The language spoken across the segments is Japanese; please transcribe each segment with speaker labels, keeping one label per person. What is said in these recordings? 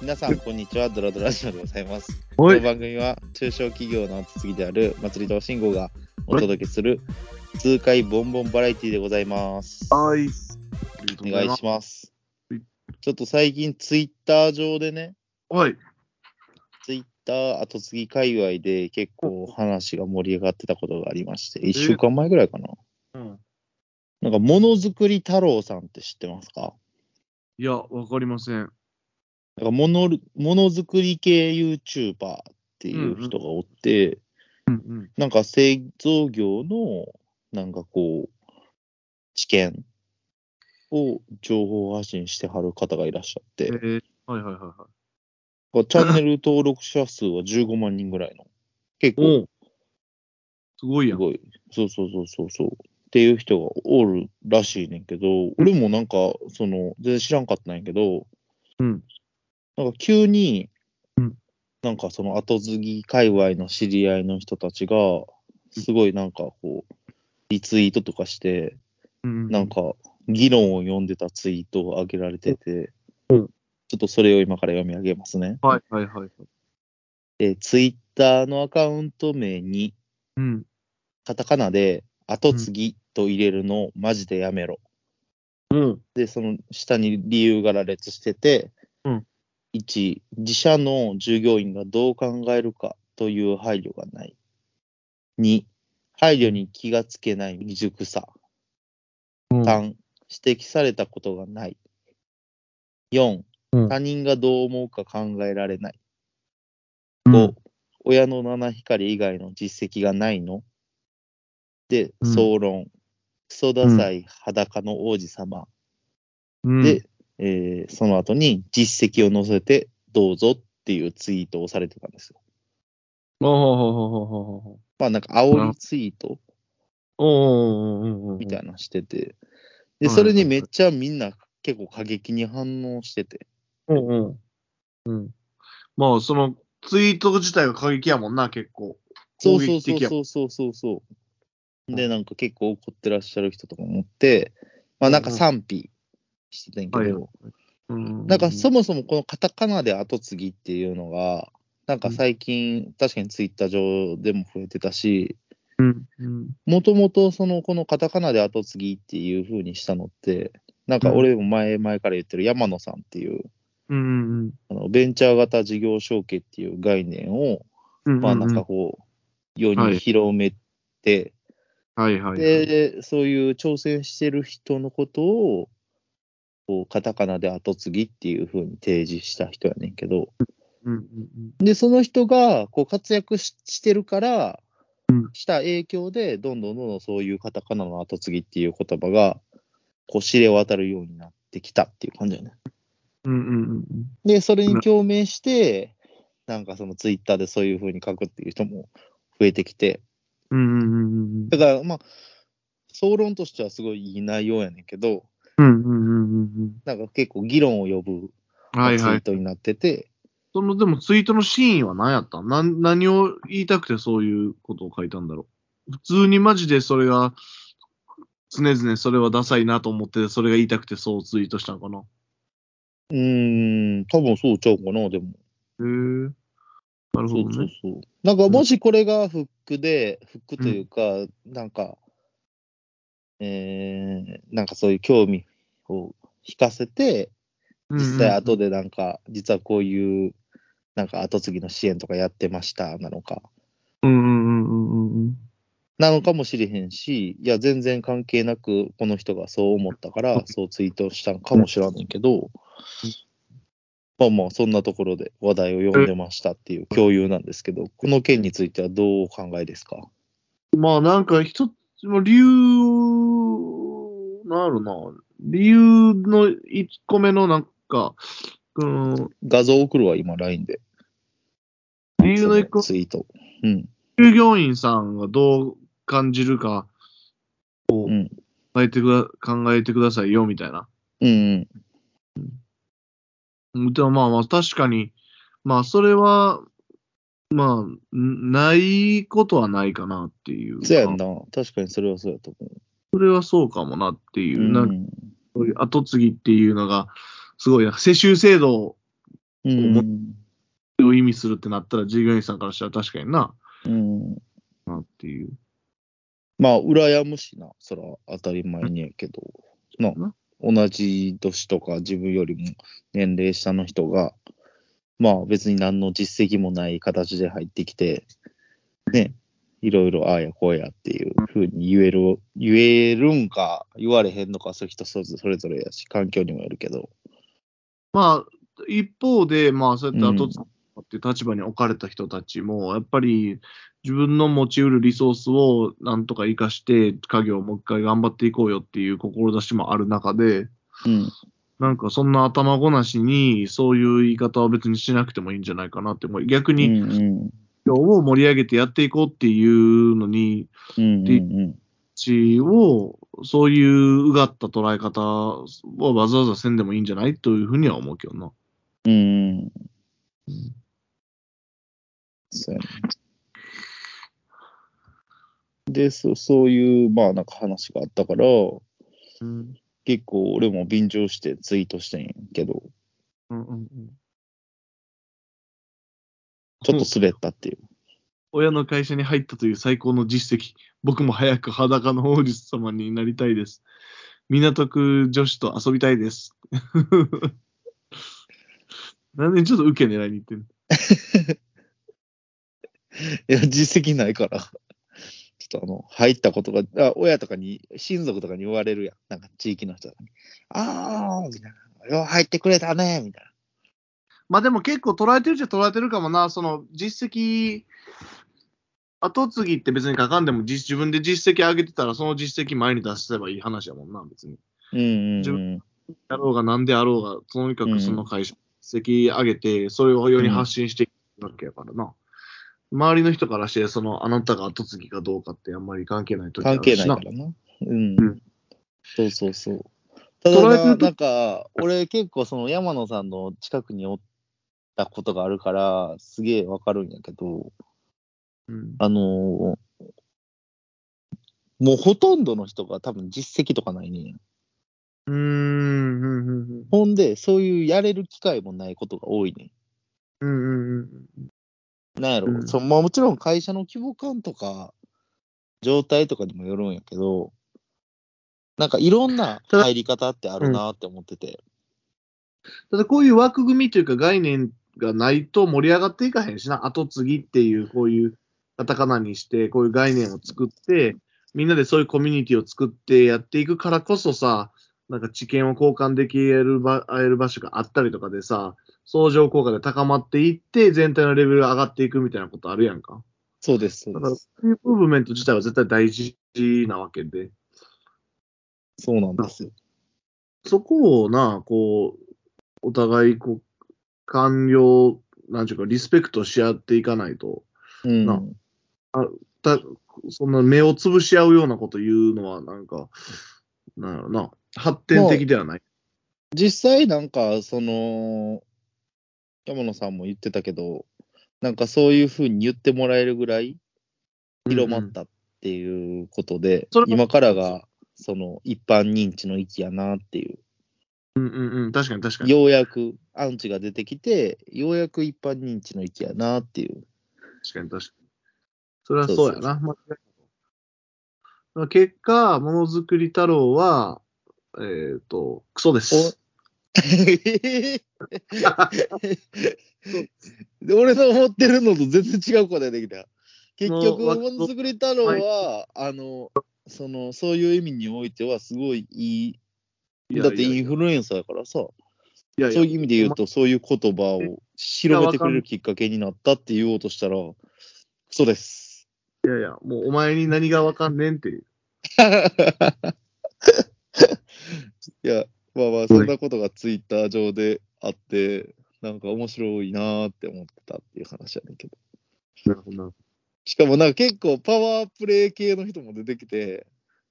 Speaker 1: 皆さん、こんにちは。ドラドラジオでございます。こ
Speaker 2: お
Speaker 1: の
Speaker 2: い、
Speaker 1: 番組は、中小企業の後継ぎである、祭りと信号がお届けする、痛快ボンボンバラエティでございます。
Speaker 2: はい。ありがとう
Speaker 1: お
Speaker 2: ござ
Speaker 1: 願
Speaker 2: い
Speaker 1: い
Speaker 2: ます
Speaker 1: し。ます
Speaker 2: はい。
Speaker 1: ちょっと最近、ツイッター上でね、
Speaker 2: はい。
Speaker 1: ツイッター後継ぎ界隈で結構話が盛り上がってたことがありまして、1週間前ぐらいかな。
Speaker 2: うん。
Speaker 1: なんか、ものづくり太郎さんって知ってますか
Speaker 2: いや、わかりません。
Speaker 1: なんかものる、ものづくり系 YouTuber っていう人がおって、
Speaker 2: うんうん。
Speaker 1: なんか製造業の、なんかこう、知見を情報発信してはる方がいらっしゃっ
Speaker 2: え
Speaker 1: て、
Speaker 2: ー、はいはいはいは
Speaker 1: チャンネル登録者数は15万人ぐらいの、結
Speaker 2: い。お
Speaker 1: 構
Speaker 2: うすごい
Speaker 1: す
Speaker 2: やん。
Speaker 1: ごい、そうそうそうそうそう、っていう人がおるらしいねんけど、俺もなんか、その、全然知らんかったんやけど、
Speaker 2: うん。
Speaker 1: なんか急に
Speaker 2: うん、
Speaker 1: なんかその後継ぎ界隈の知り合いの人たちが、すごいなんかこう、リツイートとかして、
Speaker 2: うん。
Speaker 1: なん
Speaker 2: か。
Speaker 1: か、議論を読んでたツイートを上げられてて、
Speaker 2: うん
Speaker 1: ちょっとそれを今から読み上げますね。
Speaker 2: はいはいはいはい。
Speaker 1: えツイッター Twitter のアカウント名に、
Speaker 2: うん。
Speaker 1: カタカナで、後継ぎと入れるのをマジでやめろ。
Speaker 2: うん。
Speaker 1: で、その下に理由が羅列してて、
Speaker 2: うん
Speaker 1: 1、自社の従業員がどう考えるかという配慮がない。2、配慮に気がつけない未熟さ。
Speaker 2: うん。
Speaker 1: 3、指摘されたことがない。4、
Speaker 2: うん
Speaker 1: 他人がどう思うか考えられない。
Speaker 2: うん
Speaker 1: 5、親の七光以外の実績がないので、
Speaker 2: うん
Speaker 1: 総論。クソダサい裸の王子様。
Speaker 2: うん。
Speaker 1: で、えーその後に実績を載せてどうぞっていうツイートをされてたんですよ。
Speaker 2: あはははははは。
Speaker 1: まあなんか煽りツイート
Speaker 2: おうおうおうおうおう
Speaker 1: みたいなのしてて。で、
Speaker 2: はい
Speaker 1: それにめっちゃみんな結構過激に反応してて。
Speaker 2: うんうん。うん。まあ、その、ツイート自体が過激やもんな、結構。
Speaker 1: そ
Speaker 2: 攻
Speaker 1: うそうそう
Speaker 2: 撃的や
Speaker 1: そうそうそうそう。で、なんか結構怒ってらっしゃる人とかもって、まあなんか
Speaker 2: うんうん
Speaker 1: 賛否してたんやけど、
Speaker 2: はうん。
Speaker 1: なんかそもそもこのカタカナで後継ぎっていうのが、なんか最近、確かにツイッター上でも増えてたし、
Speaker 2: うん。うん。
Speaker 1: もともとそのこのカタカナで後継ぎっていう風にしたのって、なんか俺も前々から言ってる山野さんっていう、
Speaker 2: うん。うん。
Speaker 1: あのベンチャー型事業承継っていう概念を、
Speaker 2: うん。
Speaker 1: まあなん
Speaker 2: う
Speaker 1: かこう、世に広めて、
Speaker 2: はいはいはい。
Speaker 1: で、そういう挑戦してる人のことを、こうカタカナで後継ぎっていう風に提示した人やねんけど、
Speaker 2: うんうん
Speaker 1: で、その人がこう活躍ししてるから
Speaker 2: うん、
Speaker 1: した影響で、どんどんどんどんそういうカタカナの後継ぎっていう言葉が、こう知れ渡るようになってきたっていう感じだね。
Speaker 2: うん。うんうんうんうん。
Speaker 1: で、それに共鳴して、なんかそのツイッターでそういう風に書くっていう人も増えてきて、
Speaker 2: うんうんうん
Speaker 1: だからまあ、総論としてはすごいいい内容やねんけど、
Speaker 2: うんうんうん
Speaker 1: なんか結構議論を呼ぶ
Speaker 2: うん。
Speaker 1: ツイ
Speaker 2: はいは
Speaker 1: ー
Speaker 2: い。
Speaker 1: トになってて、
Speaker 2: その、でもツイートのシーンは何やったんなん何を言いたくてそういうことを書いたんだろう。普通にマジでそれが、常々それはダサいなと思って、それが言いたくてそうツイートしたのかな。
Speaker 1: うーん、多分そうちゃうかな、でも。
Speaker 2: へえ。なる
Speaker 1: そ
Speaker 2: ほ
Speaker 1: う
Speaker 2: ど
Speaker 1: そう
Speaker 2: ね。
Speaker 1: そう。なんかもしこれがフックで、フックというか、なんか、えー、なんかそういう興味を引かせて、実際後でなんか、実はこういう、なんか後継ぎの支援とかやってました、なのか。
Speaker 2: うんうんうんうんうんうん。
Speaker 1: なのかもしれへんし、いや、全然関係なく、この人がそう思ったから、そうツイートしたのかもしらんねんけど、まあまあ、そんなところで話題を呼んでましたっていう共有なんですけど、この件についてはどうお考えですか
Speaker 2: まあなんか一つ、まあ理由、なんやろな。理由の1個目のなんか、うん、
Speaker 1: 画像送るわ、今、LINE で。
Speaker 2: 理由の1個
Speaker 1: そツイート。うん。
Speaker 2: 従業員さんがどう感じるかを
Speaker 1: うん
Speaker 2: 考えてくだ,、考えてくださいよみたいな。
Speaker 1: うん
Speaker 2: でもまあまあ確かに、まあそれは、まあ、んないことはないかなっていう
Speaker 1: う
Speaker 2: か。
Speaker 1: ん。そうやんな。確かにそれはそうやと思。
Speaker 2: それはそうかもなっていうう、なんか
Speaker 1: ん
Speaker 2: そういう後継ぎっていうのが、すごいな世襲制度
Speaker 1: うん。
Speaker 2: を意味するってなったら、従業員さんからしたら確かにな、
Speaker 1: うん。
Speaker 2: なっていう。
Speaker 1: まあ、羨むしな、そら当たり前にやけど、な
Speaker 2: な、
Speaker 1: 同じ年とか自分よりも年齢下の人が、まあ別に何の実績もない形で入ってきて、ね、いろいろああやこうやっていうふうに言える、言えるんか、言われへんのか、そういう人それぞれやし、環境にもよるけど、
Speaker 2: まあ、一方で、まあ、そうやって後
Speaker 1: うん
Speaker 2: 継ぎっていう立場に置かれた人たちも、やっぱり自分の持ち得るリソースをなんとか生かして、家業をもう一回頑張っていこうよっていう志もある中
Speaker 1: う
Speaker 2: で、
Speaker 1: ん。
Speaker 2: なんかそんな頭ごなしに、そういう言い方は別にしなくてもいいんじゃないかなって思う。逆
Speaker 1: うん
Speaker 2: に、
Speaker 1: うん
Speaker 2: 今日を盛り上げてやっていこうっていうのに、
Speaker 1: うんうんうん
Speaker 2: ちを、そういううがった捉え方はわざわざせんでもいいんじゃないというふうには思うけどな。
Speaker 1: うん。そうやね。で、そそういう、まあなんか話があったから、
Speaker 2: うん。
Speaker 1: 結構俺も便乗してツイートしてんやけど、
Speaker 2: うんうんうん。
Speaker 1: ちょっと滑ったっていう。
Speaker 2: 親の会社に入ったという最高の実績。僕も早く裸の王子様になりたいです。港区女子と遊びたいです。 なんでちょっと受け狙いに行ってんの
Speaker 1: いや、実績ないから。ちょっとあの、入ったことが、あ親とかに、親族とかに言われるやん。なんか地域の人とかに。あー、みたいな。よう入ってくれたね、みたいな。
Speaker 2: まあでも結構捉えてるっちゃ捉えてるかもな、その実績、後継ぎって別にかかんでも実自分で実績上げてたら、その実績前に出せばいい話やもんな、別に。
Speaker 1: うん
Speaker 2: 自
Speaker 1: うん
Speaker 2: やろうが何であろうが、とにか
Speaker 1: う
Speaker 2: く
Speaker 1: ん
Speaker 2: その会社、実績上げて、それを世に発信していくわけやからな。周りの人からして、そのあなたが後継ぎかどうかってあんまり関係ない
Speaker 1: うん。
Speaker 2: 時ある
Speaker 1: 関係ない
Speaker 2: しな
Speaker 1: からな。うん
Speaker 2: うん。
Speaker 1: そうそうそう。ただ
Speaker 2: 捉えて
Speaker 1: な、
Speaker 2: ると
Speaker 1: なんか、俺結構その山野さんの近くにおったことがあるから、すげえわかるんやけど、
Speaker 2: うん
Speaker 1: あのーもうほとんどの人が多分実績とかないねん。
Speaker 2: うーん、うん、うん
Speaker 1: ほんで、そういうやれる機会もないことが多いね
Speaker 2: うん、うん、うん
Speaker 1: ん。なんやろ、
Speaker 2: うん
Speaker 1: そのまあ、もちろん会社の規模感とか、状態とかにもよるんやけど、なんかいろんな
Speaker 2: ただ
Speaker 1: 入り方ってあるなって思ってて。
Speaker 2: ただこういう枠組みというか概念がないと盛り上がっていかへんしな、後継ぎっていう、こういうカタカナにして、こういう概念を作って、みんなでそういうコミュニティを作ってやっていくからこそさ、なんか知見を交換できる場合える場所があったりとかでさ、相乗効果で高まっていって、全体のレベルが上がっていくみたいなことあるやんか。
Speaker 1: そうです、そ
Speaker 2: だ
Speaker 1: う
Speaker 2: か
Speaker 1: で
Speaker 2: ら、そ
Speaker 1: す。
Speaker 2: ういうムーブメント自体は絶対大事なわけで。
Speaker 1: そうなんですよ。
Speaker 2: そこをな、こう、お互い、こう、官僚、なんちゅうか、リスペクトし合っていかないと、
Speaker 1: うん。
Speaker 2: なたそんな目をつぶし合うようなこと言うのは、なんか、なんやろな、発展的ではない。
Speaker 1: 実際なんかその山野さんも言ってたけどなんかそういうふうに言ってもらえるぐらい広まったっていうことで、
Speaker 2: それも
Speaker 1: 今からがその一般認知の域やなっていう
Speaker 2: うんうんうん、確かに確かに。
Speaker 1: ようやくアンチが出てきてようやく一般認知の域やなっていう
Speaker 2: 確かに確かに。それはそうやな。間違いない結果、ものづくり太郎は、えっ、と、クソ です。
Speaker 1: で俺の思ってるのと全然違う答えできた。結局、
Speaker 2: もうわ
Speaker 1: ものづくり太郎は、あの、その、そういう意味においては、すごいい
Speaker 2: い
Speaker 1: い、
Speaker 2: や
Speaker 1: だって
Speaker 2: い
Speaker 1: イ
Speaker 2: や
Speaker 1: ンフルエンサーやからさ、そ
Speaker 2: いや
Speaker 1: う
Speaker 2: い
Speaker 1: いう
Speaker 2: や
Speaker 1: 意味で言うと、そういう言葉を広めてくれるきっかけになったって言おうとしたら、クソです。
Speaker 2: いやいや、もうお前に何がわかんねんっていう。
Speaker 1: いや、まあまあ、そんなことがツイッター上であって、なんか面白いなーって思ってたっていう話やねんけど。
Speaker 2: なるほどなる
Speaker 1: しかもなんか結構パワープレイ系の人も出てきて、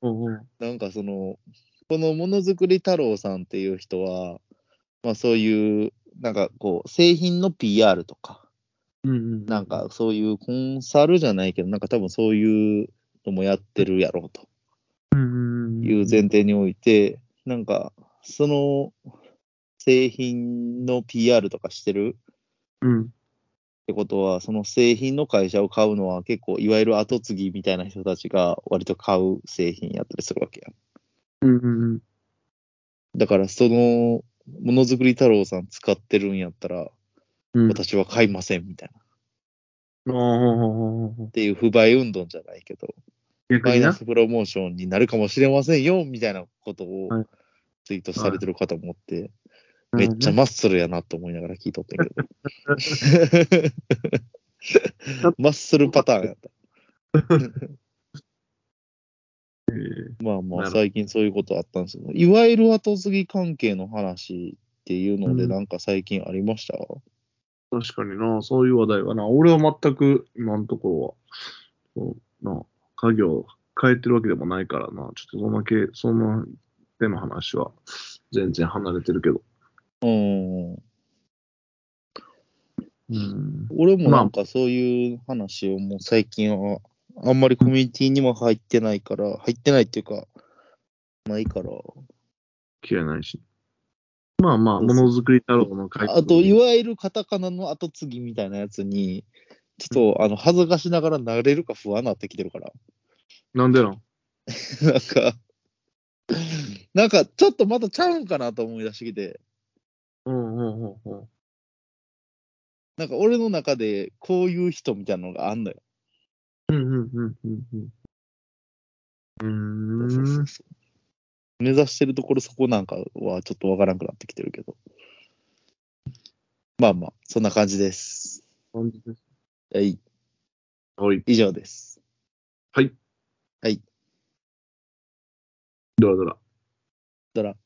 Speaker 2: ほど。うんうん
Speaker 1: なんかその、このものづくり太郎さんっていう人は、まあそういう、なんかこう、製品の PR とか、
Speaker 2: うんうん、
Speaker 1: なんかそういうコンサルじゃないけど、なんか多分そういうのもやってるやろうと
Speaker 2: うんうんうん、
Speaker 1: いう前提において、なんか、その、製品の PR とかしてる
Speaker 2: うん。
Speaker 1: ってことは、その製品の会社を買うのは結構、いわゆる後継ぎみたいな人たちが割と買う製品やったりするわけや。
Speaker 2: うんうんうん。
Speaker 1: だから、その、ものづくり太郎さん使ってるんやったら、
Speaker 2: うん。
Speaker 1: 私は買いませんみたいな。っ
Speaker 2: ああ、ほうほうほうほう
Speaker 1: ていう不買運動じゃないけど、
Speaker 2: 逆
Speaker 1: マイ
Speaker 2: に
Speaker 1: ナ
Speaker 2: な。
Speaker 1: スプロモーションになるかもしれませんよ、みたいなことを
Speaker 2: はい
Speaker 1: ツイートされてる方もおって、
Speaker 2: うん
Speaker 1: めっちゃマッスルやなと思いながら聞いとったけ ど。マッスルパターンやった。まあまあ、
Speaker 2: なるほど
Speaker 1: 最近そういうことあったんですけど、いわゆる後継ぎ関係の話っていうので、
Speaker 2: うん
Speaker 1: なんか最近ありました、
Speaker 2: 確かにな、そういう話題はな、俺は全く今のところは、そうな、家業変えてるわけでもないからな、ちょっとそんなけ、そんな手の話は全然離れてるけど。
Speaker 1: うん。
Speaker 2: うん。
Speaker 1: 俺もなんかそういう話をもう最近は、あんまりコミュニティにも入ってないから、入ってないっていうか、ないから。
Speaker 2: 消えないし。まあまあ、ものづくり太郎の会
Speaker 1: あと、いわゆるカタカナの後継ぎみたいなやつに、ちょっと、あの、恥ずかしながらなれるか不安になってきてるから。
Speaker 2: なんでなん
Speaker 1: なんか、なんか、ちょっとまたちゃうんかなと思い出してきて、
Speaker 2: うんうんうんうん。
Speaker 1: なんか俺の中でこういう人みたいなのがあんのよ。
Speaker 2: うんうんうんうんうん。う
Speaker 1: そう
Speaker 2: ー
Speaker 1: そ
Speaker 2: ん
Speaker 1: う。そう目指してるところそこなんかはちょっとわからんくなってきてるけど。まあまあ、そんな感じです。
Speaker 2: 感じです
Speaker 1: はい、
Speaker 2: はい。
Speaker 1: 以上です。
Speaker 2: はい。
Speaker 1: はい。
Speaker 2: どらどら。
Speaker 1: ドラ。